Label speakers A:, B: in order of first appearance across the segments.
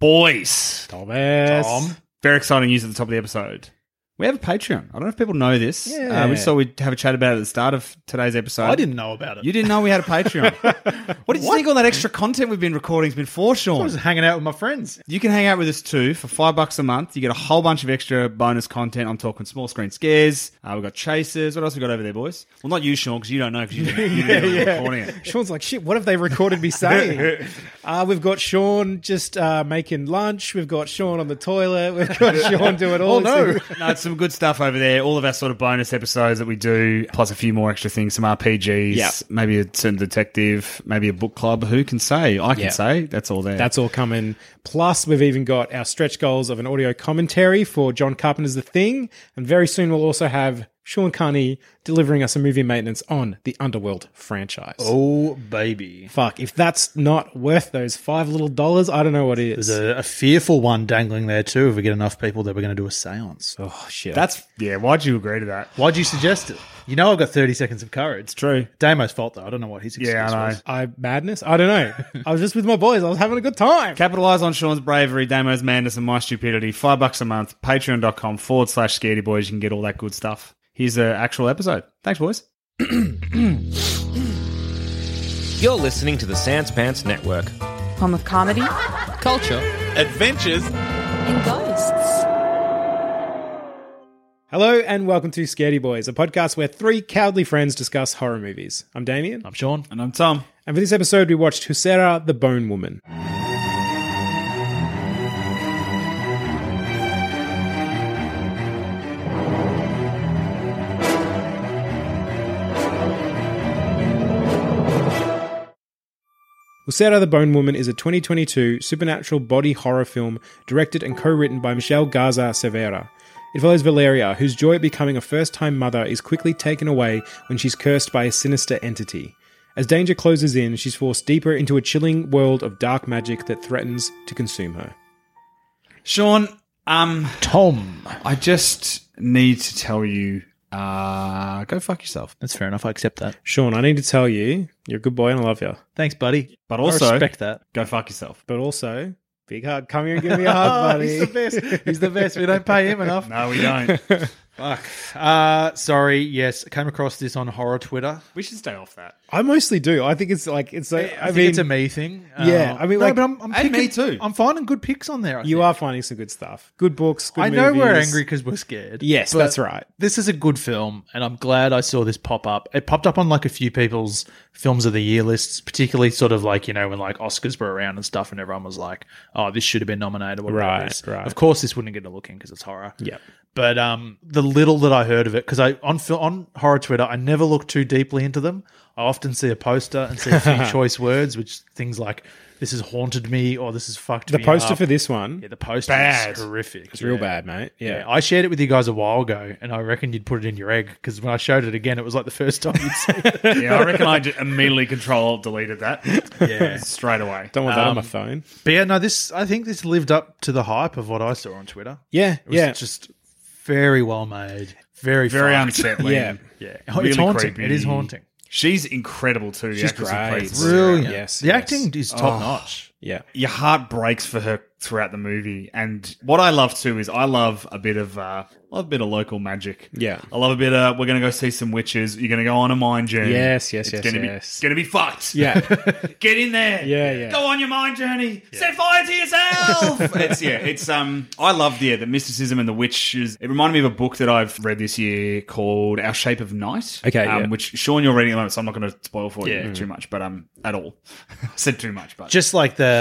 A: Boys.
B: Thomas.
A: Tom. Beric's on news at the top of the episode. We have a Patreon. I don't know if people know this.
B: Yeah.
A: Uh, we just thought we'd have a chat about it at the start of today's episode.
B: I didn't know about it.
A: You didn't know we had a Patreon. what did you think all that extra content we've been recording has been for,
B: I
A: Sean?
B: was hanging out with my friends.
A: You can hang out with us too for five bucks a month. You get a whole bunch of extra bonus content. I'm talking small screen scares. Uh, we've got chasers. What else we got over there, boys? Well, not you, Sean, because you don't know because you didn't you didn't recording it.
B: Sean's like, shit, what have they recorded me saying? uh, we've got Sean just uh, making lunch. We've got Sean on the toilet. We've got Sean doing all this.
A: no, it's some good stuff over there. All of our sort of bonus episodes that we do, plus a few more extra things, some RPGs,
B: Yeah.
A: maybe a certain detective, maybe a book club. Who can say? I can
B: Yeah.
A: say. That's all there.
B: That's all coming. Plus, we've even got our stretch goals of an audio commentary for John Carpenter's The Thing. And very soon we'll also have Sean Carney delivering us a movie maintenance on the Underworld franchise.
C: Oh, baby.
B: Fuck, if that's not worth those five little dollars, I don't know what
C: There's
B: is.
C: a, a fearful one dangling there, too, if we get enough people that we're going to do a seance.
B: oh, shit.
A: that's yeah. Why'd you agree to that?
C: Why'd you suggest it? You know I've got 30 seconds of courage.
A: True.
C: Damo's fault, though. I don't know what his excuse
A: Yeah, I know.
C: was.
B: I madness? I don't know. I was just with my boys. I was having a good time.
A: Capitalize on Sean's bravery, Damo's madness, and my stupidity. Five bucks a month. Patreon.com forward slash scaredy boys. You can get all that good stuff. Here's the actual episode. Thanks, boys.
D: You're listening to the Sans Pants Network.
E: Home of comedy
D: Culture.
F: Adventures.
E: and ghosts.
B: Hello and welcome to Scaredy Boys, a podcast where three cowardly friends discuss horror movies. I'm Damien.
C: I'm Sean.
A: And I'm Tom.
B: And for this episode, we watched Husera the Bone Woman. Husera the Bone Woman is a 2022 supernatural body horror film directed and co written by Michelle Garza Cervera. It follows Valeria, whose joy at becoming a first time mother is quickly taken away when she's cursed by a sinister entity. As danger closes in, she's forced deeper into a chilling world of dark magic that threatens to consume her.
A: Sean, um,
C: Tom.
A: I just need to tell you, uh, go fuck yourself.
C: That's fair enough. I accept that.
B: Sean, I need to tell you, you're a good boy and I love you.
C: Thanks, buddy.
A: But also,
C: I respect that.
A: go fuck yourself.
B: But also, big hug. Come here and give me a hug, Ah, buddy.
C: Uh, He's the best. He's the best. We don't pay him enough.
A: No, we don't.
C: Fuck. Uh, sorry. Yes, I came across this on horror Twitter.
A: we should stay off that.
B: I mostly do. I think it's like, it's
C: I,
B: like, I,
C: think
B: mean,
C: it's a me thing. Uh,
B: yeah, I mean,
C: no,
B: like-
C: but I'm, I'm
A: and
C: picking,
A: me too.
C: I'm finding good picks on there. I
B: you
C: think.
B: are finding some good stuff. Good books, good
C: I know we're
B: movies.
C: angry because we're scared.
B: Yes,
C: but
B: that's right.
C: This is a good film, and I'm glad I saw this pop up. It popped up on like a few people's films of the year lists, particularly sort of like you know when like Oscars were around and stuff, and everyone was like, "Oh, this should have been nominated." Or whatever it
B: Right,
C: is.
B: right.
C: Of course, this wouldn't get a look in because it's horror.
B: Yep.
C: But um, the little that I heard of it, because I on fil- on horror Twitter, I never look too deeply into them. I often see a poster and see a few choice words, which things like "this has haunted me" or "this has fucked
B: The
C: me."
B: poster
C: up.
B: for this one,
C: yeah, the poster
A: Bad.
C: is horrific.
B: it's real bad, mate. Yeah.
C: Yeah, I shared it with you guys a while ago, and I reckon you'd put it in your egg because when I showed it again, it was like the first time you'd seen it.
A: Yeah, I reckon I just immediately control deleted that.
C: Yeah.
A: straight away.
B: Don't want that
C: um,
B: on my phone.
C: But yeah, no, this I think this lived up to the hype of what I saw on Twitter.
B: Yeah,
C: it was
B: yeah.
C: just very well made, very
A: Very
C: fucked.
A: unsettling.
B: Yeah. Oh,
C: Yeah,
A: Really
C: it's haunting.
A: creepy.
C: It is haunting.
A: She's incredible too. the
B: She's
A: actress who
B: great.
A: plays Sarah.
C: Brilliant.
B: Yes,
C: the
B: yes.
C: acting
A: Oh.
C: is top notch.
B: Yeah.
A: Your heart breaks for her throughout the movie, and what I love too is I love a bit of uh, love a bit of local magic.
B: Yeah.
A: I love a bit of we're going to go see some witches. You're going to go on a mind journey.
B: Yes, yes, yes,
A: it's Gonna Be,
B: yes.
A: it's going to be fucked.
B: Yeah.
A: get in there.
B: Yeah, yeah.
A: Go on your mind journey. Set fire to yourself. it's yeah. It's um. I love yeah the mysticism and the witches. It reminded me of a book that I've read this year called Our Shape of Night.
B: Okay,
A: um,
B: yeah.
A: which Sean you're reading at the moment, so I'm not going to spoil for
C: Yeah.
A: you too much, but um, at all. I said too much, but
C: Just like the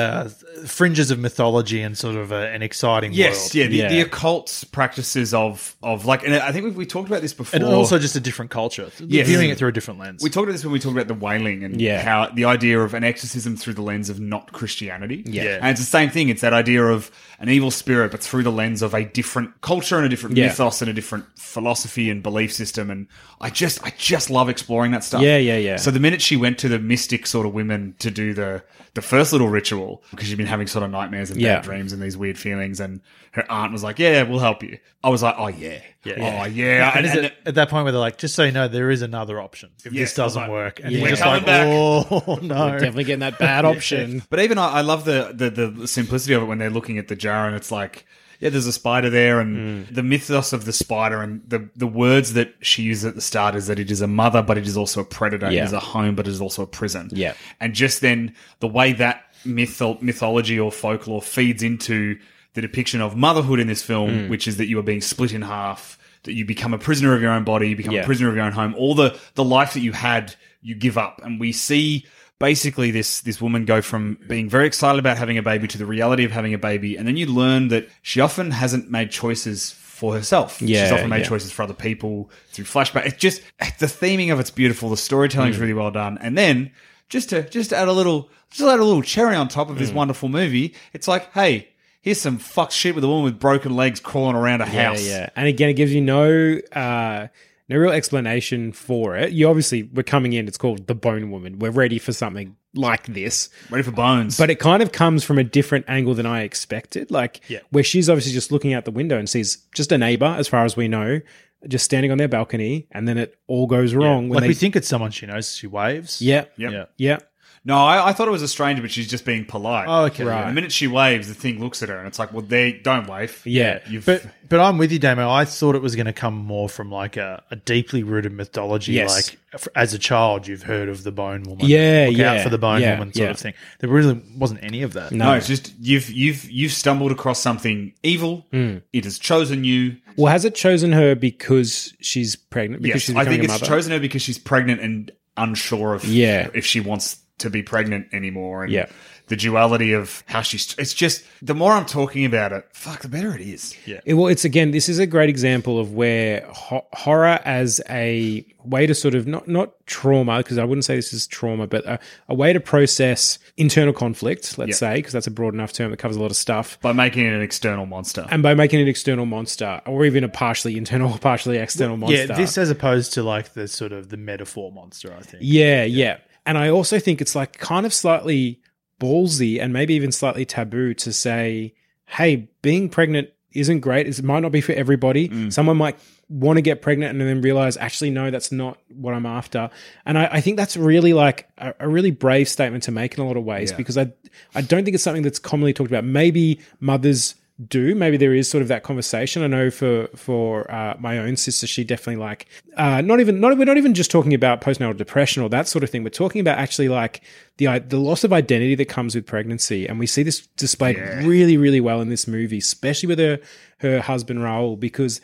C: fringes of mythology and sort of a, an exciting
A: Yes,
C: world.
A: yeah the,
B: Yeah.
A: the occult practices of of like, and I think we, we talked about this before.
C: And also just a different culture,
A: Yes.
C: viewing it through a different lens.
A: we talked about this when we talked about the wailing and
B: Yeah.
A: how the idea of an exorcism through the lens of not Christianity.
C: Yeah.
A: and it's the same thing. It's that idea of an evil spirit, but through the lens of a different culture and a different
B: Yeah.
A: mythos and a different philosophy and belief system. And I just, I just love exploring that stuff.
B: Yeah, yeah, yeah.
A: So the minute she went to the mystic sort of women to do the the first little ritual because she'd been having sort of nightmares and
B: Yeah.
A: bad dreams and these weird feelings, and her aunt was like, "Yeah, we'll help you." I was like, "Oh yeah, oh yeah," and,
C: and is
A: and
C: it at that point where they're like, just so you know, there is another option if
A: Yes,
C: this doesn't
A: like,
C: work, and
B: yeah.
C: you're
B: We're
C: just
A: coming
C: like,
A: back.
C: oh no,
B: Definitely getting that bad option.
A: But even I, I love the, the the simplicity of it when they're looking at the jar and it's like, yeah, there's a spider there, and
B: Mm.
A: the mythos of the spider and the the words that she uses at the start is that it is a mother, but it is also a predator.
B: Yeah.
A: It is a home, but it is also a prison.
B: Yeah.
A: and just then the way that mytho- mythology or folklore feeds into the depiction of motherhood in this film,
B: Mm.
A: which is that you are being split in half. That you become a prisoner of your own body, you become
B: Yeah.
A: a prisoner of your own home. All the the life that you had, you give up, and we see basically this this woman go from being very excited about having a baby to the reality of having a baby and then you learn that she often hasn't made choices for herself she's
B: Yeah,
A: often made
B: yeah.
A: choices for other people through flashback it's just the theming of it's beautiful the storytelling's
B: Mm.
A: really well done and then just to just to add a little just to add a little cherry on top of
B: Mm.
A: this wonderful movie it's like hey here's some fucked shit with a woman with broken legs crawling around a house
B: Yeah, yeah. And again, it gives you no uh, no real explanation for it. You obviously we're coming in. It's called the Bone Woman. We're ready for something like this,
A: ready for bones
B: but it kind of comes from a different angle than I expected. Like
C: Yeah.
B: where she's obviously just looking out the window and sees just a neighbor, as far as we know, just standing on their balcony, and then it all goes wrong.
C: like
B: they,
C: we think it's someone she knows. She waves.
B: yeah,
A: Yep.
C: yeah.
B: yeah.
A: No, I, I thought it was a stranger, but she's just being polite.
C: Oh, okay.
B: Right.
A: The minute she waves, the thing looks at her, and it's like, "Well, they don't wave."
B: Yeah.
A: you've
C: But but I'm with you, Damo. I thought it was going to come more from like a, a deeply rooted mythology.
B: Yes.
C: Like f- as a child, you've heard of the Bone Woman.
B: Yeah,
C: Look
B: yeah,
C: out for the Bone
B: yeah,
C: Woman sort
B: yeah.
C: of thing. There really wasn't any of that.
A: no. it's just you've you've you've stumbled across something evil.
B: Mm.
A: It has chosen you.
B: Well, has it chosen her because she's pregnant? Because
A: Yes,
B: she's
A: I think
B: becoming
A: it's
B: a mother?
A: chosen her because she's pregnant and unsure of
B: Yeah.
A: if she wants to be pregnant anymore. And
B: Yeah.
A: the duality of how she's. It's just the more I'm talking about it, fuck, the better it is. Yeah,
B: It- well, it's again, this is a great example of where ho- horror as a way to sort of not not trauma because I wouldn't say this is trauma, but a, a way to process internal conflict, let's say, because that's a broad enough term that covers a lot of stuff.
A: by making it an external monster.
B: And by making an external monster, or even a partially internal, partially external monster,
C: Yeah, this uh, as opposed to like the sort of the metaphor monster. I think.
B: Yeah, yeah. And I also think it's like kind of slightly ballsy and maybe even slightly taboo to say, hey, being pregnant isn't great. It's- It might not be for everybody.
C: Mm.
B: Someone might want to get pregnant and then realize, actually, no, that's not what I'm after. And I, I think that's really like a, a really brave statement to make in a lot of ways because I, I don't think it's something that's commonly talked about. Maybe mothers do maybe there is sort of that conversation i know for for uh, my own sister she definitely like uh, not even not we're not even just talking about postnatal depression or that sort of thing we're talking about actually like the i- the loss of identity that comes with pregnancy and we see this displayed really really well in this movie especially with her her husband Raul because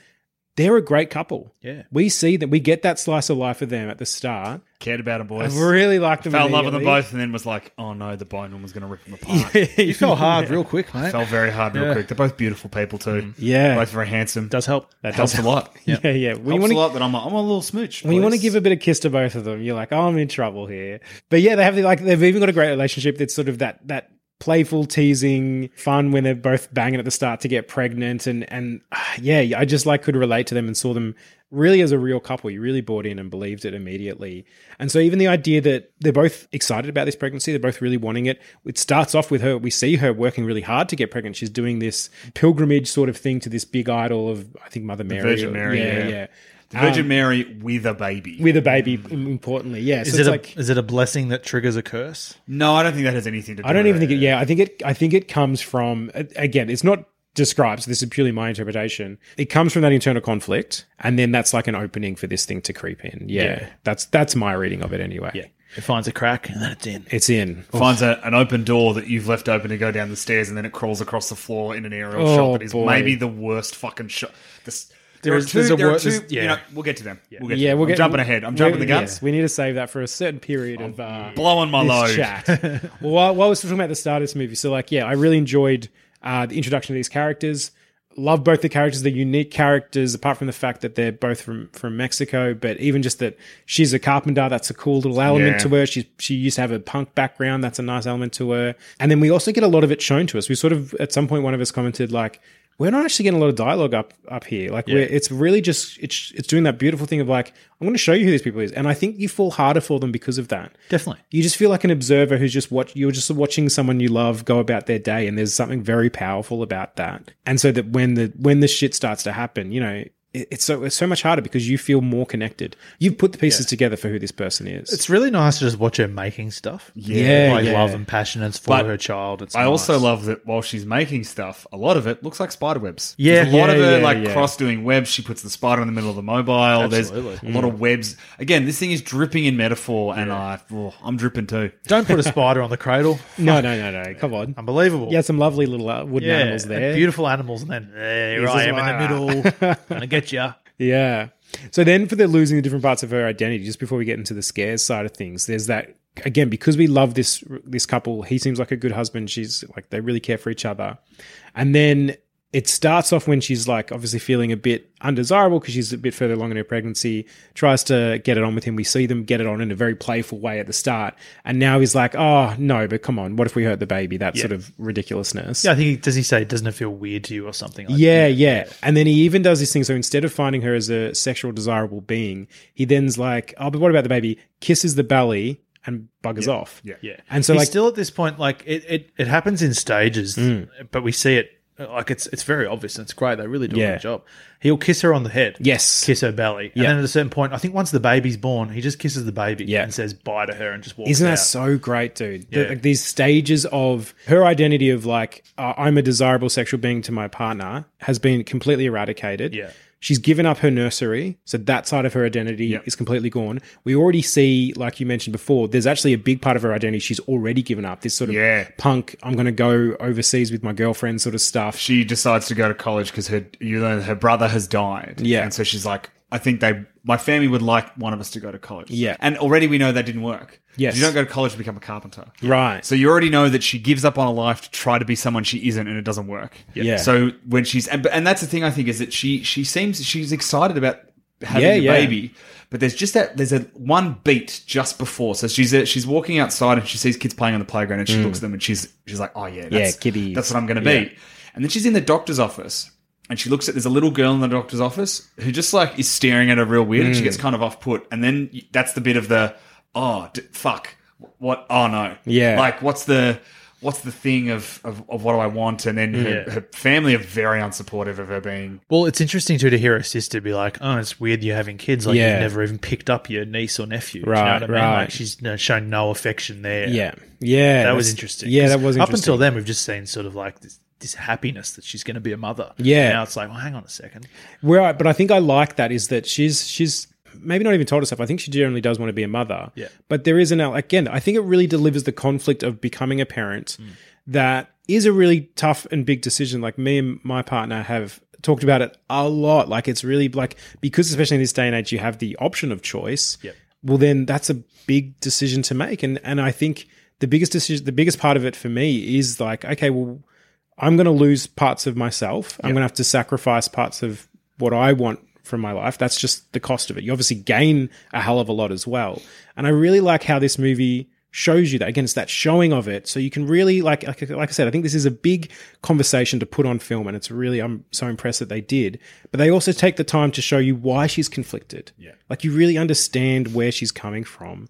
B: they're a great couple
C: Yeah.
B: we see that we get that slice of life of them at the start
A: Cared about it,
B: i
A: boys.
B: really like them
A: Fell in love with them
B: immediately.
A: both, and then was like, "Oh no, the bone woman's going to rip them apart."
C: You fell hard real quick, mate.
A: Fell very hard real quick. They're both beautiful people too.
B: Mm. Yeah.
A: both very handsome.
C: does help.
B: that
A: helps
B: does
A: a lot.
B: yeah yeah, When you
A: helps
B: wanna-
A: a lot that I'm a, I'm a little smooch.
B: When you want to
A: please.
B: give a bit of kiss to both of them, you're like, oh, I'm in trouble here. But yeah, they have the, like they've even got a great relationship that's sort of that that playful teasing fun when they're both banging at the start to get pregnant and and ah, yeah, I just like could relate to them and saw them really as a real couple. You really bought in and believed it immediately. And so even the idea that they're both excited about this pregnancy, they're both really wanting it. It starts off with her. We see her working really hard to get pregnant. She's doing this pilgrimage sort of thing to this big idol of I think Mother Mary.
A: Virgin
B: or-
A: Mary, yeah.
B: yeah.
A: the Virgin Mary with a baby.
B: With a baby, im- importantly, yeah. So
C: Is
B: it's
C: it a,
B: like
C: is it a blessing that triggers a curse?
A: no, I don't think that has anything to. do
B: I don't
A: with
B: even think it. Yeah, I think it. I think it comes from a- again. It's not described. So this is purely my interpretation. It comes from that internal conflict, and then that's like an opening for this thing to creep in. Yeah,
C: Yeah.
B: that's that's my reading of it anyway.
C: It finds a crack and then it's in.
B: it's in.
A: Finds a, an open door that you've left open to go down the stairs, and then it crawls across the floor in an aerial
B: Oh,
A: shot that is
B: boy.
A: maybe the worst fucking shot. This There are
C: is-
A: two.
C: there's a
A: There are
C: wor-
A: two.
C: there's-
A: You
C: yeah.
A: know, we'll get to them. We'll get.
B: yeah,
A: to them.
B: we're
A: I'm
B: getting,
A: jumping ahead. I'm jumping the
B: we're-
A: guns.
B: yes, we need to save that for a certain period of uh,
A: Blowing my load.
B: this chat. well, while, while we're talking about the start of this movie, so like, yeah, I really enjoyed uh, the introduction of these characters. Love both the characters, the unique characters, apart from the fact that they're both from from Mexico. But even just that she's a carpenter, that's a cool little element
A: Yeah.
B: to her. She she used to have a punk background, that's a nice element to her. And then we also get a lot of it shown to us. We sort of at some point one of us commented like. We're not actually getting a lot of dialogue up up here. Like, we're, it's really just it's it's doing that beautiful thing of like, I'm going to show you who these people is, and I think you fall harder for them because of that.
C: Definitely.
B: You just feel like an observer who's just watch. You're just watching someone you love go about their day, and there's something very powerful about that. And so that when the when the shit starts to happen, you know, it, it's so it's so much harder because you feel more connected. You've put the pieces together for who this person is.
C: It's really nice to just watch her making stuff.
B: Yeah,
C: like
B: yeah.
C: love and passion and for
A: But
C: her child. It's
A: I also
C: nice.
A: love that while she's making stuff, a lot of it looks like spider webs.
C: Yeah,
A: There's a lot
C: yeah,
A: of her
C: yeah,
A: like
C: yeah.
A: cross doing webs. She puts the spider in the middle of the mobile. There's
C: Absolutely.
A: a lot of webs. Again, this thing is dripping in metaphor, and I, oh, I'm dripping too.
C: Don't put a spider on the cradle.
B: no, no, no, no. Come on.
C: Unbelievable.
B: You had some lovely little uh, wooden
C: Yeah,
B: animals there.
C: Beautiful animals, and then there
B: Here's
C: I
B: this
C: am in the middle. Gonna get you.
B: Yeah. So then for the losing the different parts of her identity, just before we get into the scares side of things, there's that again, because we love this this couple, he seems like a good husband. She's like they really care for each other. And then it starts off when she's like obviously feeling a bit undesirable because she's a bit further along in her pregnancy, tries to get it on with him. We see them get it on in a very playful way at the start. And now he's like, oh, no, but come on, what if we hurt the baby? That sort of ridiculousness.
C: Yeah, I think he, does he say doesn't it feel weird to you or something? Like
B: Yeah, yeah. And then he even does this thing. So instead of finding her as a sexual desirable being, he then's like, oh, but what about the baby? Kisses the belly and buggers off.
A: Yeah.
C: Yeah.
B: And so,
C: He's
B: like- Hmm.
C: still at this point, like it, it, it happens in stages, but we see it like it's it's very obvious and it's great. They really do a
B: Yeah.
C: good job. He'll kiss her on the head.
B: Yes.
C: Kiss her belly. And
B: Yeah.
C: then at a certain point, I think once the baby's born, he just kisses the baby
B: Yeah.
C: and says bye to her and just walks
B: Isn't that
C: out.
B: so great, dude? The-
C: Yeah.
B: like, these stages of her identity of like, uh, I'm a desirable sexual being to my partner has been completely eradicated.
C: Yeah.
B: She's given up her nursery. So that side of her identity
A: Yeah.
B: is completely gone. We already see, like you mentioned before, there's actually a big part of her identity she's already given up. This sort of
A: Yeah.
B: punk, I'm going to go overseas with my girlfriend sort of stuff.
A: She decides to go to college because her you learn that her brother has died.
B: Yeah.
A: and so she's like, I think they my family would like one of us to go to college.
B: Yeah.
A: and already we know that didn't work.
B: Yes.
A: you don't go to college to become a carpenter.
B: Right.
A: So you already know that she gives up on a life to try to be someone she isn't, and it doesn't work.
B: Yeah.
A: So when she's and, and that's the thing I think is that she she seems she's excited about having
B: Yeah,
A: a
B: yeah.
A: baby, but there's just that there's a one beat just before. So she's a, she's walking outside and she sees kids playing on the playground and she looks at them and she's she's like, oh yeah, that's,
B: Mm. kiddies.
A: that's what I'm going to be. And then she's in the doctor's office. And she looks at there's a little girl in the doctor's office who just like is staring at her real weird, and she gets kind of off put. And then y- that's the bit of the oh d- fuck what oh no
B: Yeah.
A: like what's the what's the thing of of, of what do I want? And then her,
C: Yeah.
A: her family are very unsupportive of her being
C: Well, it's interesting too to hear her sister be like, "Oh, it's weird you're having kids. Like
B: Yeah.
C: you've never even picked up your niece or nephew. Do
B: Right,
C: you know what I mean?
B: right.
C: Like she's you know, shown no affection there.
B: yeah. Yeah.
C: that was
B: that's-
C: interesting.
B: Yeah,
C: 'Cause
B: that was
C: up
B: interesting.
C: until then. We've just seen sort of like this, this happiness that she's going to be a mother.
B: Yeah.
C: now it's like, well, hang on a second.
B: Where I, but I think I like that is that she's she's maybe not even told herself. I think she generally does want to be a mother.
C: Yeah.
B: But there is an el- again. I think it really delivers the conflict of becoming a parent.
C: Mm.
B: That is a really tough and big decision. Like me and my partner have talked about it a lot. Like it's really like because especially in this day and age, you have the option of choice.
C: Yep.
B: Well, then that's a big decision to make, and and I think the biggest decision, the biggest part of it for me is like, okay, well. I'm going to lose parts of myself. I'm going to have to sacrifice parts of what I want from my life. That's just the cost of it. You obviously gain a hell of a lot as well. And I really like how this movie shows you that. Again, it's that showing of it. So you can really, like, like, like I said, I think this is a big conversation to put on film. And it's really, I'm so impressed that they did. But they also take the time to show you why she's conflicted. Yeah. Like you really understand where she's coming from.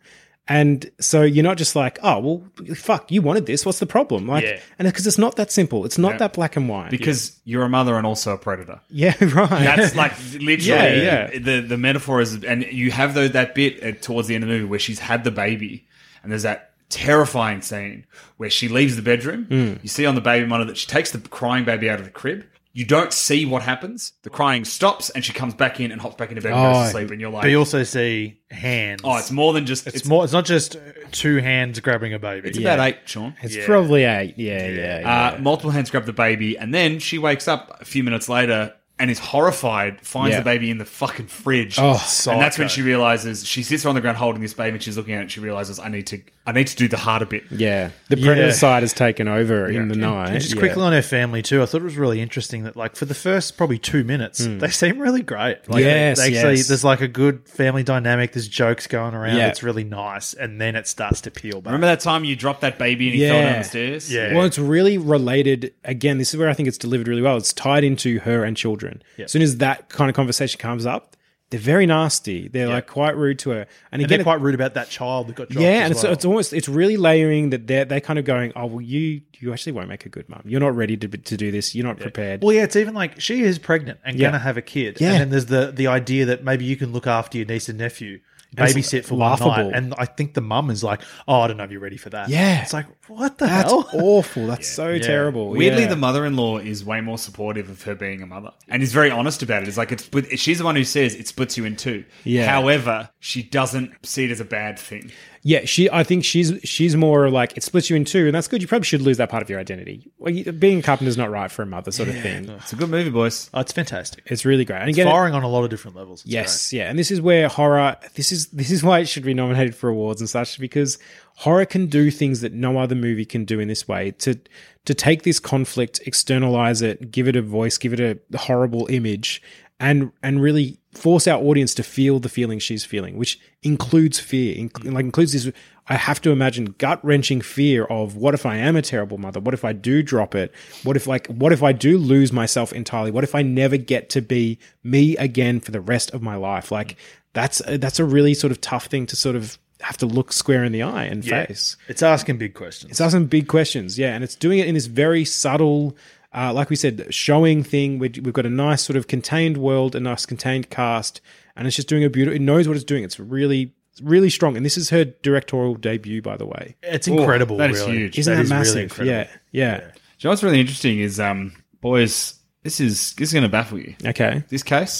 B: And so you're not just like, oh, well, fuck, you wanted this. What's the problem? Like,
C: Yeah.
B: and because it's not that simple. It's not that black and white.
A: because you're a mother and also a predator.
B: yeah, right.
A: That's like literally
B: Yeah, yeah.
A: the the metaphor is, and you have though that bit at, towards the end of the movie where she's had the baby, and there's that terrifying scene where she leaves the bedroom.
B: Hmm.
A: You see on the baby monitor that she takes the crying baby out of the crib. You don't see what happens. The crying stops, and she comes back in and hops back into bed and goes
B: Oh.
A: to sleep. And you're like,
C: But you also see hands.
A: oh, it's more than just
C: It's, more. It's not just uh, two hands grabbing a baby.
A: It's about eight, Sean.
B: It's probably eight. Yeah, yeah. yeah.
A: Uh, multiple hands grab the baby, and then she wakes up a few minutes later and is horrified, finds
B: Yeah.
A: the baby in the fucking fridge.
B: Oh,
A: and that's
B: psycho.
A: when she realizes she sits on the ground holding this baby and she's looking at it and she realizes I need to I need to do the harder bit.
B: Yeah, the predator side has taken over in the night.
C: And just
B: Uh, yeah.
C: quickly on her family too, I thought it was really interesting that like for the first probably two minutes, they seem really great. Like they-
B: Hmm. Yes,
C: they actually,
B: yes.
C: there's like a good family dynamic. There's jokes going around.
B: Yeah.
C: It's really nice, and then it starts to peel back.
A: Remember that time you dropped that baby and he fell down
B: Yeah.
A: the stairs?
C: Yeah.
B: Well, it's really related. Again, this is where I think it's delivered really well. It's tied into her and children. As soon as that kind of conversation comes up, they're very nasty. They're like quite rude to her, and
C: And they're
B: again,
C: quite rude about that child that got dropped.
B: yeah,
C: as
B: and it's,
C: well.
B: it's almost it's really layering that they're they kind of going, oh well, you you actually won't make a good mum. You're not ready to to do this. You're not prepared.
C: Well, yeah, it's even like she is pregnant and
B: Yeah.
C: gonna have a kid,
B: Yeah.
C: and then there's the the idea that maybe you can look after your niece and nephew,
B: And it's
C: babysit for one
B: laughable.
C: night, and I think the mum is like, "Oh, I don't know if you're ready for that."
B: Yeah.
C: it's like what the
B: That's
C: hell?
B: awful. That's so terrible.
A: Weirdly,
B: Yeah.
A: the mother-in-law is way more supportive of her being a mother, and is very honest about it. It's like it's but she's the one who says it splits you in two.
B: Yeah.
A: However, she doesn't see it as a bad thing.
B: Yeah, she. I think she's she's more like it splits you in two, and that's good. You probably should lose that part of your identity. Well, you, being a carpenter's not right for a mother, sort of thing.
A: It's a good movie, boys.
C: Oh, it's fantastic.
B: It's really great. And
C: It's
B: again,
C: firing on a lot of different levels. It's
B: yes, yeah, and this is where horror. This is this is why it should be nominated for awards and such because horror can do things that no other movie can do in this way. To to take this conflict, externalize it, give it a voice, give it a horrible image, and and really force our audience to feel the feeling she's feeling, which includes fear, inc- like includes this. I have to imagine gut wrenching fear of what if I am a terrible mother? What if I do drop it? What if like what if I do lose myself entirely? What if I never get to be me again for the rest of my life? Like that's a, that's a really sort of tough thing to sort of have to look square in the eye and
C: great.
B: face.
C: Yeah. It's asking big questions.
B: It's asking big questions, yeah, and it's doing it in this very subtle, uh, like we said, showing thing. We- We've got a nice sort of contained world, a nice contained cast, and it's just doing a beautiful. It knows what it's doing. It's really, really strong. And this is her directorial debut, by the way.
C: It's incredible.
A: that is
C: really.
A: huge.
B: Isn't that,
C: is really
B: massive?
C: incredible.
B: yeah, yeah,
A: So what's really interesting is, um, boys, this is this is going to baffle you.
B: Okay,
A: This case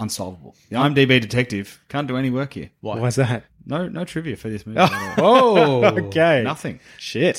A: unsolvable. The IMDb detective can't do any work here.
B: why's that?
A: No, no trivia for this movie. at all.
C: Oh,
B: Okay,
A: Nothing.
B: Shit.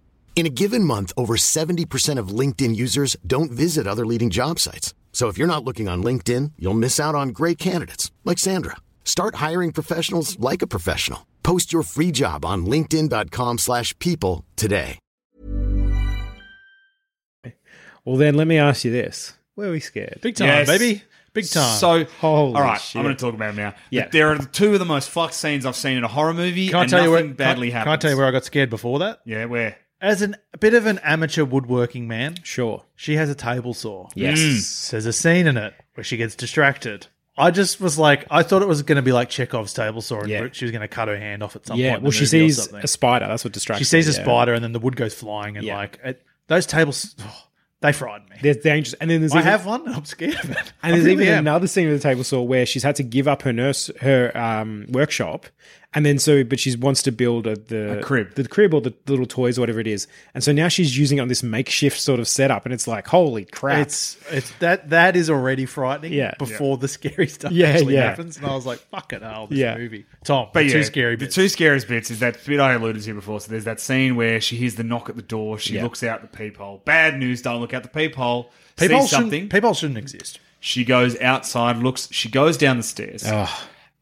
G: In a given month, over 70% of LinkedIn users don't visit other leading job sites. So if you're not looking on LinkedIn, you'll miss out on great candidates like Sandra. Start hiring professionals like a professional. Post your free job on linkedin.com/people slash people today.
B: Well, then let me ask you this: Were we scared?
C: Big time,
A: Yes.
C: baby. Big time.
A: So,
B: Holy
A: all right,
B: shit.
A: I'm going to talk about them now.
B: Yeah.
A: But there are two of the most fucked scenes I've seen in a horror movie.
C: can I
A: and
C: tell you
A: nothing
C: where
A: badly
C: can,
A: happens.
C: can I tell you where I got scared before that?
A: Yeah, where?
C: As an, a bit of an amateur woodworking man,
B: Sure. Mm.
C: she has a table saw.
B: Yes.
C: There's a scene in it where she gets distracted. I just was like, I thought it was going to be like Chekhov's table saw, and
B: Yeah.
C: she was going to cut her hand off at some
B: Yeah.
C: point. in
B: Well,
C: the
B: she
C: movie or
B: sees
C: something.
B: a spider. That's what distracts.
C: she sees
B: her,
C: a
B: yeah.
C: spider, and then the wood goes flying, and
B: Yeah.
C: like it, those tables, oh, they frightened me.
B: There's dangerous, and then there's
C: I
B: even-
C: have one, and I'm scared of it.
B: And
C: I
B: there's
C: really
B: even
C: am.
B: another scene with the table saw where she's had to give up her nurse her um, workshop, and then so but she wants to build a, the
A: A crib.
B: the crib or the little toys or whatever it is, and so now she's using it on this makeshift sort of setup, and it's like holy crap!
C: It's it's that that is already frightening.
B: Yeah.
C: Before the scary stuff
B: Yeah,
C: actually
B: yeah.
C: happens, and I was like, "Fuck it, hell, this
B: Yeah.
C: movie." Tom,
A: But
C: the
A: yeah,
C: two scary bits.
A: The two scariest bits is that bit I alluded to before. So there's that scene where she hears the knock at the door. She
B: Yeah.
A: looks out the peephole. Bad news. Don't look out the peephole.
C: people
A: see something.
C: shouldn't people shouldn't exist.
A: She goes outside, looks, she goes down the stairs.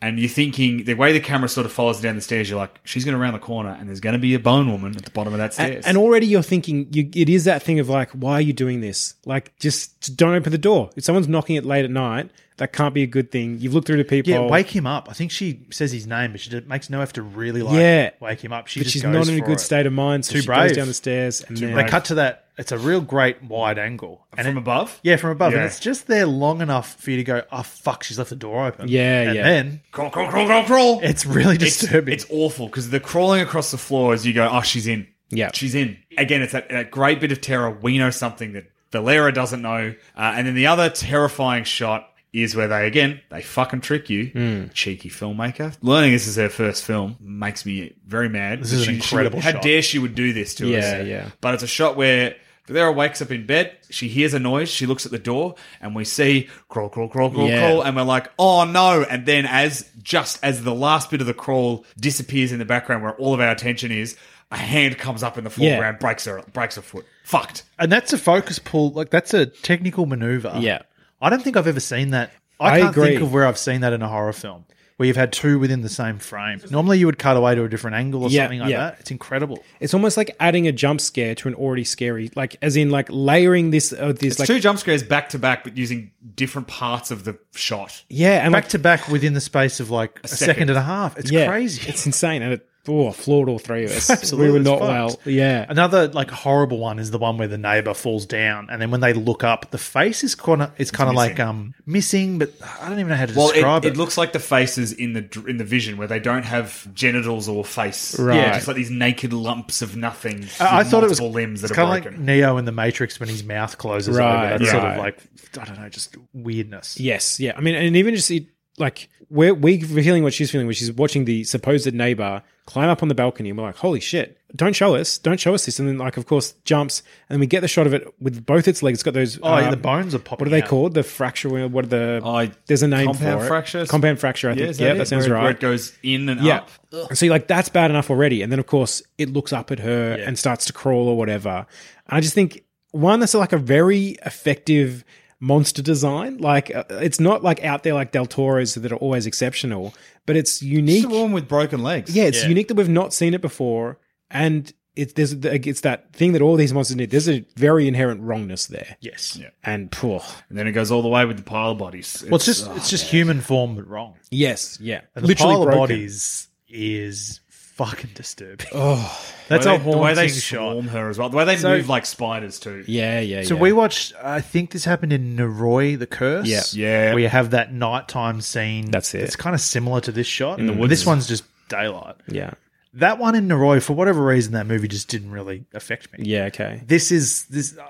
A: And you're thinking, the way the camera sort of follows her down the stairs, you're like, she's going to round the corner and there's going to be a bone woman at the bottom of that
B: A-
A: stairs.
B: and already you're thinking you, it is that thing of like why are you doing this? Like just don't open the door. If someone's knocking it late at night, That can't be a good thing. You've looked through the people.
C: Yeah, wake him up. I think she says his name, but she d- makes no effort to really like
B: Yeah.
C: wake him up. She
B: but
C: just
B: she's
C: goes
B: not in a
C: for
B: good
C: it.
B: state of mind. So
C: Too
B: she goes
C: brave.
B: down the stairs and then
C: They cut to that. It's a real great wide angle, and
A: From
C: it-
A: above?
C: Yeah, from above,
A: Yeah.
C: and it's just there long enough for you to go, "Oh fuck, she's left the door open."
B: Yeah,
C: and
B: yeah.
C: then
A: Crawl, crawl, crawl, crawl, crawl.
C: it's really
A: It's,
C: disturbing.
A: it's awful because they're crawling across the floor as you go, oh, she's in.
B: Yeah.
A: She's in. Again, it's that, that great bit of terror. We know something that Valera doesn't know. Uh, and then the other terrifying shot is where they, again, they fucking trick you.
C: Hmm.
A: Cheeky filmmaker. Learning this is her first film makes me very mad.
C: This is an incredible
A: How
C: shot.
A: dare she would do this to
B: Yeah,
A: us.
B: yeah.
A: But it's a shot where Valera wakes up in bed. She hears a noise. She looks at the door, and we see crawl, crawl, crawl, crawl,
B: Yeah.
A: crawl, and we're like, "Oh no!" And then, as just as the last bit of the crawl disappears in the background, where all of our attention is, a hand comes up in the
B: Yeah.
A: foreground, breaks her, breaks her foot. Fucked.
C: and that's a focus pull. Like that's a technical maneuver.
B: Yeah.
C: I don't think I've ever seen that. I,
B: I
C: can't
B: agree.
C: think of where I've seen that in a horror film where you've had two within the same frame. Normally, you would cut away to a different angle or
B: Yeah,
C: something like
B: yeah.
C: that. It's incredible.
B: It's almost like adding a jump scare to an already scary, like as in like layering this uh, this
A: It's
B: like
A: two jump scares back to back, but using different parts of the shot.
B: yeah, and
C: Back
B: like,
C: to back within the space of like a, second.
A: second.
C: and a half. It's
B: yeah,
C: crazy.
B: It's insane, and it oh, floored all three of us.
C: Absolutely,
B: we were
C: it's
B: not
C: fucked.
B: well. Yeah,
C: Another like horrible one is the one where the neighbor falls down, and then when they look up, the face is kind of it's kind of like um missing, but I don't even know how to
A: Well,
C: describe
A: it,
C: it.
A: it looks like the faces in the dr- in the vision where they don't have genitals or face.
B: Right.
A: Yeah, just like these naked lumps of nothing.
C: I, I
A: with
C: thought it was
A: multiple limbs that
C: it's
A: are
C: kinda
A: broken.
C: like Neo in the Matrix when his mouth closes
B: Right,
C: over. That's sort
A: right.
C: of like I don't know, just weirdness.
B: yes, yeah. I mean, and even just it, like we're we feeling what she's feeling, which is watching the supposed neighbor climb up on the balcony, and we're like, holy shit! Don't show us, don't show us this. And then like, of course, jumps, and then we get the shot of it with both its legs. It's got those. um,
C: Oh, yeah, the bones are popping.
B: What are they
C: out.
B: called? The fracture? What are the?
A: I-
B: there's a name
A: compound
B: for it.
A: fracture?
B: Compound fracture. I
A: Yeah,
B: think.
A: is
B: Yeah,
A: it?
B: that sounds
A: where,
B: right.
A: Where it goes in and
B: Yeah.
A: up.
B: And so you're like, that's bad enough already. And then, of course, it looks up at her and starts to crawl or whatever. And I just think, one, that's like a very effective monster design. Like, uh, it's not like out there like Del Toro's that are always exceptional, but it's unique.
A: It's the woman with broken legs.
B: Yeah, it's unique that we've not seen it before. And it's, there's, it's that thing that all these monsters need. There's a very inherent wrongness there.
C: Yes.
B: And, phew,
A: And then it goes all the way with the pile of bodies.
C: Well, it's just it's
B: oh,
C: just human form but wrong.
B: yes, yeah.
C: And the pile of bodies is fucking disturbing.
B: Oh,
C: That's
A: the way
C: a
A: they, the way they
C: haunting shot.
A: swarm her as well. The way they
C: So-
A: move like spiders too.
B: yeah, yeah,
C: So
B: yeah.
C: we watched. I think this happened in Naroi, the Curse.
B: Yeah.
A: Yeah.
C: Where you have that nighttime scene.
B: That's it.
C: It's kind of similar to this shot. In
A: the woods.
C: This one's just daylight.
B: Yeah,
C: That one in Naroi, for whatever reason, that movie just didn't really affect me.
B: yeah, okay.
C: This is this. Uh,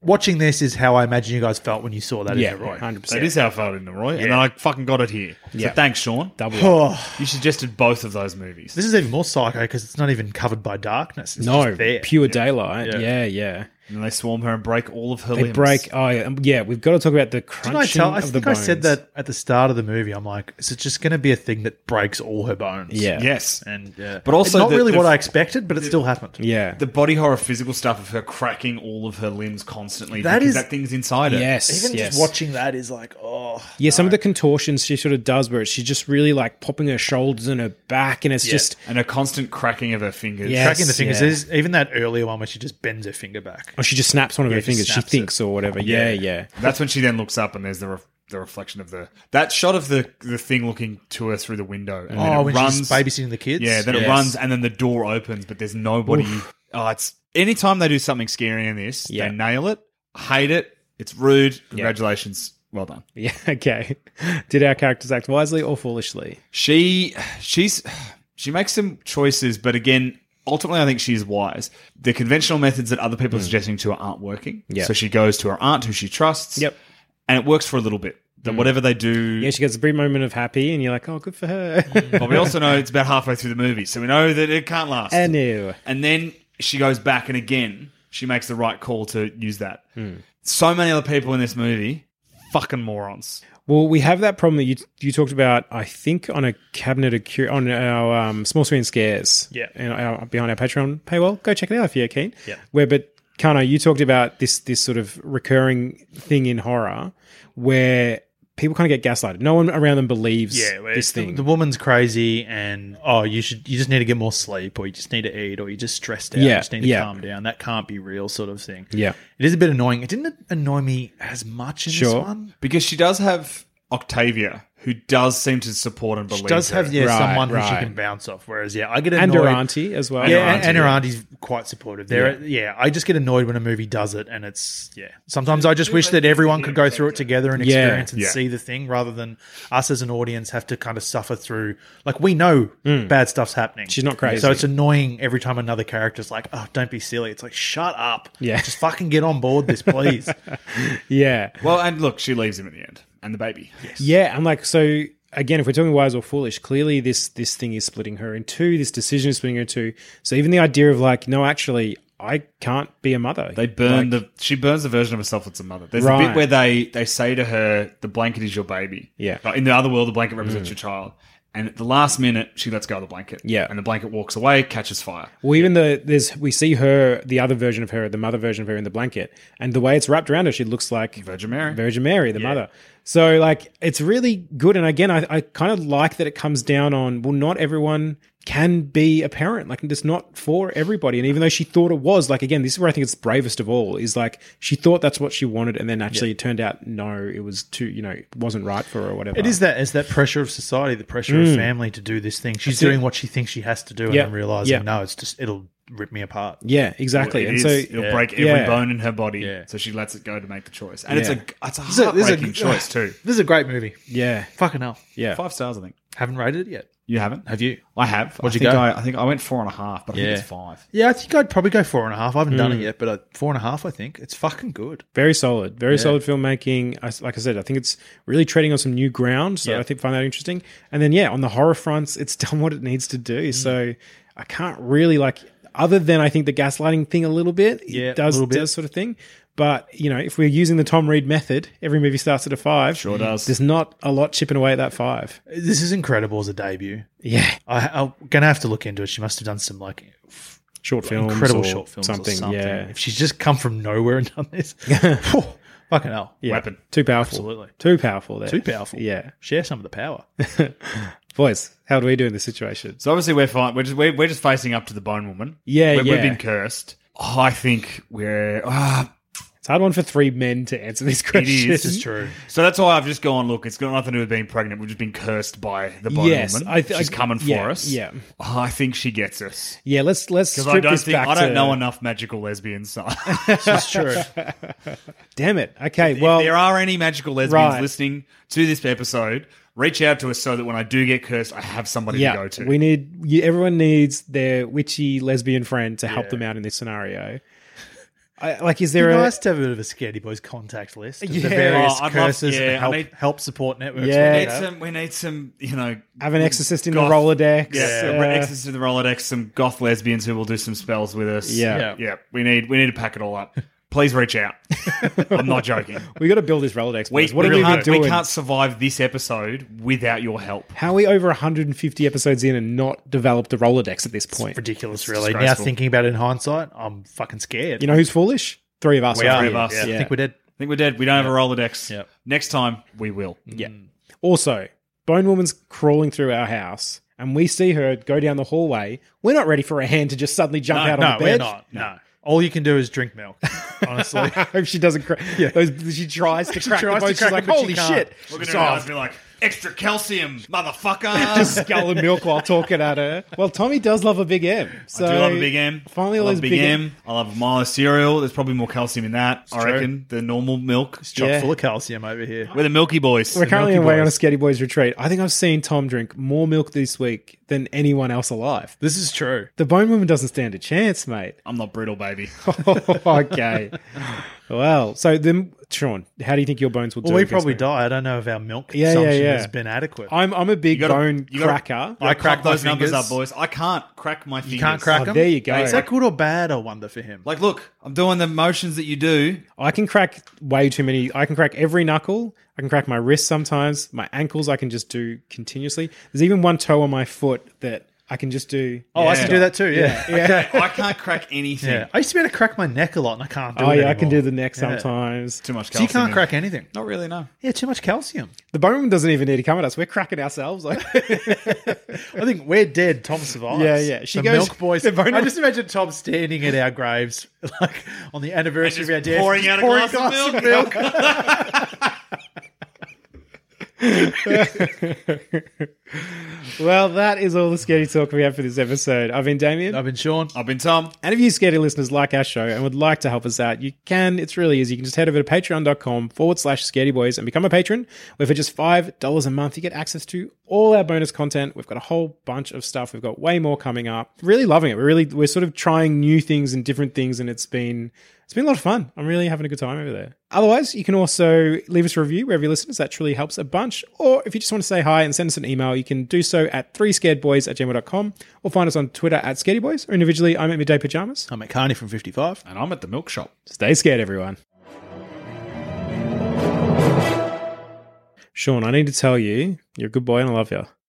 C: watching this is how I imagine you guys felt when you saw that
B: Yeah,
C: in Naroi.
B: 100%.
A: That is how I felt in the Roy. And then I fucking got it here.
B: Yeah.
A: So thanks, Sean.
B: Double.
C: Oh,
A: You suggested both of those movies.
C: this is even more psycho because it's not even covered by darkness. It's
B: No,
C: just there.
B: pure daylight. Yeah, yeah.
A: and they swarm her and break all of her
B: They
A: limbs.
B: break. Oh, yeah, um, yeah. We've got to talk about the
C: Didn't
B: crunching
C: I tell? I
B: of the
C: think I said
B: bones.
C: that at the start of the movie. I'm like, is it just going to be a thing that breaks all her bones?
B: Yeah,
A: Yes.
C: and yeah.
A: But also
C: not
A: the-
C: really
A: the-
C: what I expected, but it still happened.
B: yeah.
A: The body horror physical stuff of her cracking all of her limbs constantly.
C: That
A: because
C: is-
A: that thing's inside her.
B: yes,
C: Even
B: yes.
C: just watching that is like, oh,
B: yeah, some of the contortions she sort of does, where she's just really like popping her shoulders and her back, and it's just
A: And a constant cracking of her fingers.
B: Yeah.
C: cracking the fingers.
B: yeah.
C: Is, even that earlier one where she just bends her finger back.
B: or oh, she just snaps one of
C: Yeah,
B: her
C: just
B: fingers. She
C: snaps
B: thinks or whatever. Yeah, yeah,
A: That's when she then looks up and there's the re- the reflection of the that shot of the the thing looking to her through the window. And then
C: Oh,
A: it
C: when
A: runs,
C: she's babysitting the kids.
A: Yeah, then it
B: Yes.
A: runs and then the door opens, but there's nobody. Oh, it's anytime they do something scary in this,
B: Yeah.
A: they nail it. Hate it. It's rude. Congratulations. Well done.
B: yeah. Okay. Did our characters act wisely or foolishly?
A: She she's she makes some choices, but again, ultimately, I think she's wise. The conventional methods that other people are suggesting to her aren't working.
B: Yeah.
A: So she goes to her aunt, who she trusts.
B: Yep.
A: And it works for a little bit. That whatever they do,
B: Yeah, she gets a brief moment of happy, and you're like, "Oh, good for her."
C: Mm.
A: but we also know it's about halfway through the movie, so we know that it can't last.
B: I knew.
A: And then she goes back and again, she makes the right call to use that. So many other people in this movie, fucking morons.
B: Well, we have that problem that you you talked about. I think on a cabinet of cur- on our um, small screen scares.
C: Yeah.
B: and our, behind our Patreon paywall, go check it out if you're keen.
C: Yeah.
B: where but Kano, you talked about this this sort of recurring thing in horror where people kind of get gaslighted. No one around them believes
C: Yeah, where
B: this
C: it's the-
B: thing.
C: The, woman's crazy, and oh, you should, you just need to get more sleep, or you just need to eat, or you're just stressed out.
B: Yeah,
C: you just need to
B: yeah.
C: calm down. That can't be real, sort of thing.
B: Yeah.
C: it is a bit annoying. It didn't annoy me as much in
B: Sure.
C: this one.
A: Because she does have Octavia, who does seem to support and believe
C: She does
A: her.
C: have yeah
B: Right,
C: someone who she
B: right.
C: can bounce off. Whereas yeah, I get
B: and
C: annoyed.
B: her auntie as well.
C: Yeah,
A: her
C: and,
A: auntie,
C: and her auntie's quite supportive. There, yeah. I just get annoyed when a movie does it, and it's yeah. Sometimes I just wish that everyone could go through it together and
B: Yeah.
C: experience and
A: Yeah.
C: see the thing, rather than us as an audience have to kind of suffer through. Like we know bad stuff's happening.
B: Mm. She's not crazy.
C: so it's annoying every time another character's like, "Oh, don't be silly." It's like, "Shut up,
B: Yeah.
C: just fucking get on board this, please."
B: yeah.
A: Well, and look, she leaves him at the end, and the baby.
B: Yeah, I'm like so again, if we're talking wise or foolish, clearly this this thing is splitting her in two. This decision is splitting her in two. So even the idea of like, no, actually, I can't be a mother.
A: They burn the. She burns the version of herself that's a mother. There's a
B: Right.
A: bit where they they say to her, "The blanket is your baby."
B: Yeah.
A: Like, in the other world, the blanket represents your child. And at the last minute, she lets go of the blanket.
B: Yeah.
A: And the blanket walks away, catches fire.
B: well, even the there's we see her the other version of her, the mother version of her in the blanket, and the way it's wrapped around her, she looks like
A: Virgin Mary.
B: Virgin Mary, the mother. So like it's really good. And again, I, I kind of like that it comes down on well, not everyone can be a parent. Like it's not for everybody. And even though she thought it was, like again, this is where I think it's bravest of all, is like she thought that's what she wanted, and then actually it turned out no, it was too you know, it wasn't right for her or whatever.
C: It is that it's that pressure of society, the pressure of family to do this thing. She's
B: it.
C: doing what she thinks she has to do,
B: Yeah.
C: and then realizing,
B: Yeah.
C: no, it's just it'll rip me apart.
B: Yeah, exactly.
A: It
B: and
A: is.
B: so
A: it'll break every
B: Yeah.
A: bone in her body.
C: Yeah.
A: So she lets it go to make the choice. And
B: Yeah.
A: it's a it's a
C: This is a- this is a-
A: heartbreaking choice too.
C: This is a great movie.
B: yeah,
C: Fucking hell.
B: yeah.
A: Five stars, I think.
C: Haven't rated it yet.
A: You haven't?
C: Have you?
A: I have.
C: What'd
A: I
C: you
A: think
C: go?
A: I, I think I went four and a half, but I
C: Yeah.
A: think it's five.
C: Yeah, I think I'd probably go four and a half. I haven't done it yet, but uh, four and a half, I think. It's fucking good.
B: Very solid, very solid filmmaking. I, like I said, I think it's really treading on some new ground. So
C: Yeah.
B: I think find that interesting. And then yeah, on the horror fronts, it's done what it needs to do.
C: Mm.
B: So I can't really like, other than I think the gaslighting thing a little bit,
C: Yeah,
B: it does
C: little bit.
B: does sort of thing. But you know, if we're using the Tom Reed method, every movie starts at a five. Sure
A: does.
B: There's not a lot chipping away at that five.
C: This is incredible as a debut.
B: Yeah,
C: I, I'm gonna have to look into it. She must have done some like
B: short film,
C: incredible short films
B: something.
C: or something.
B: Yeah,
C: If she's just come from nowhere and done this, Phew, fucking hell,
B: yeah.
A: Weapon.
B: Too powerful.
C: Absolutely.
B: Too powerful. There.
C: too powerful.
B: Yeah.
C: share some of the power.
B: Boys, how do we do in this situation?
A: So obviously we're fine. We're just we're, we're just facing up to the bone woman.
B: Yeah,
A: We're-
B: yeah.
A: We've been cursed. Oh, I think we're. ah,
B: It's a hard one for three men to answer this question.
A: is. This
C: It's true.
A: So that's why I've just gone. Look, it's got nothing to do with being pregnant. We've just been cursed by the bone
B: Yes,
A: woman.
B: I thi-
A: She's
B: I-
A: coming for
B: yeah,
A: us.
B: yeah.
A: Oh, I think she gets us
B: Yeah, let's let's
A: because
B: strip
A: I don't
B: this
A: think
B: back.
A: I don't
B: to-
A: know enough magical lesbians. So
C: It's true.
B: Damn it. Okay,
A: well,
B: well,
A: if there are any magical lesbians
B: Right.
A: listening to this episode, reach out to us so that when I do get cursed, I have somebody
B: yeah,
A: to go to.
B: we need you, everyone needs their witchy lesbian friend to help them out in this scenario. I, like, is there
C: It'd
B: a
C: be nice to have a bit of a Scaredy Boys contact list. Of
B: Yeah.
C: the various
A: Oh, I'd love-
C: curses
A: yeah, I
C: and help,
A: need-
C: help support networks.
B: Yeah.
A: We
C: we
A: need
C: have.
A: some. We need some. You know,
B: have an exorcist in
A: goth-
B: the Rolodex?
A: Yeah,
B: Uh,
A: yeah. exorcist in the Rolodex. Some goth lesbians who will do some spells with us.
B: Yeah.
C: Yeah.
A: yeah. We need. We need to pack it all up. Please reach out. I'm not joking.
B: we got to build this Rolodex.
A: We,
B: boys. what
A: we
B: have we been
A: can't, we
B: doing?
A: can't survive this episode without your help.
B: How are we over 150 episodes in and not developed a Rolodex at this point?
C: ridiculous,
A: It's
C: really. Now
A: disgraceful.
C: thinking about it in hindsight, I'm fucking scared.
B: You know who's foolish? Three of us.
C: we are.
A: three of us.
C: Yeah.
B: Yeah.
C: I think we're dead.
A: I think we're dead. We don't have a Rolodex.
C: Yep.
A: Next time we will.
B: Yeah. Also, Bone Woman's crawling through our house, and we see her go down the hallway. We're not ready for a hand to just suddenly jump
C: No,
B: out
C: no,
B: on the bed.
C: we're not. No. All you can do is drink milk. Honestly,
B: I hope she doesn't crack. Those, she tries to crack
C: tries
B: the
C: to
B: bones. She's
C: crack
B: like,
C: it, but she
B: holy
C: can't."
B: shit.
A: We're gonna be like extra calcium, motherfucker.
B: Just skull and milk while talking at her. Well, Tommy does love a big M. So
A: I do love a Big M.
B: Finally,
A: I
B: all
A: love
B: those
A: Big M. I love a Milo cereal. There's probably more calcium in that. I
C: true.
A: reckon the normal milk.
C: it's chock
B: Yeah.
C: full of calcium over here.
A: We're the Milky Boys.
B: We're currently
C: Milky
B: away on a
C: Boys.
B: Sketty Boys retreat. I think I've seen Tom drink more milk this week than anyone else alive.
C: This is true.
B: The Bone Woman doesn't stand a chance, mate. Oh,
A: I'm not brittle, baby.
B: okay. Well, so then, Sean, how do you think your bones will do?
C: Well, we
B: against
C: probably
B: me?
C: die. I don't know if our milk
B: Yeah, yeah,
C: consumption
B: yeah.
C: has been adequate.
B: I'm I'm a big
A: gotta-
B: bone
A: you gotta-
B: cracker.
C: I crack
A: Crack those
C: my
A: numbers
C: fingers.
A: up, boys. I can't crack my fingers.
C: You can't crack
B: Oh,
C: them.
B: there you go.
C: Is that good or bad? I wonder for him.
A: Like, look, I'm doing the motions that you do.
B: I can crack way too many. I can crack every knuckle. I can crack my wrist sometimes. My ankles I can just do continuously. There's even one toe on my foot that I can just do.
C: oh, I can do that too. Yeah. Yeah.
A: I can't crack anything.
C: I used to be able to crack my neck a lot, and I can't do
B: Oh
C: it.
B: yeah, I can do
C: anymore.
B: the neck
C: Yeah.
B: sometimes.
A: Too much
C: So you
A: calcium.
C: can't
A: in.
C: crack anything.
A: Not really, no.
C: Yeah, too much calcium.
B: The bone woman doesn't even need to come at us. We're cracking ourselves. Like,
C: I think we're dead. Tom survives.
B: Yeah, yeah. She
C: the
B: goes-
C: milk boys.
B: the bone-
C: I just imagine Tom standing at our graves, like on the anniversary
A: And just
C: of our death,
A: pouring
C: just
A: out a glass of
C: milk.
B: well, that is all the scary talk we have for this episode. I've been Damien.
C: I've been Sean.
A: I've been Tom.
B: And if you scary listeners like our show and would like to help us out, you can. It's really easy. You can just head over to patreon.com forward slash scaredy boys and become a patron, where for just $5 a month, you get access to all our bonus content. We've got a whole bunch of stuff. We've got way more coming up. Really loving it. We're really, we're sort of trying new things and different things. And it's been, it's been a lot of fun. I'm really having a good time over there. Otherwise, you can also leave us a review wherever you listen. us. That truly helps a bunch. Or if you just want to say hi and send us an email, you can do so at 3scaredboys at gmail.com or find us on Twitter at scaredyboys or individually, I'm at Midday Pajamas.
C: I'm at Carney from 55.
A: And I'm at the milk shop.
B: Stay scared, everyone. Sean, I need to tell you, you're a good boy and I love you.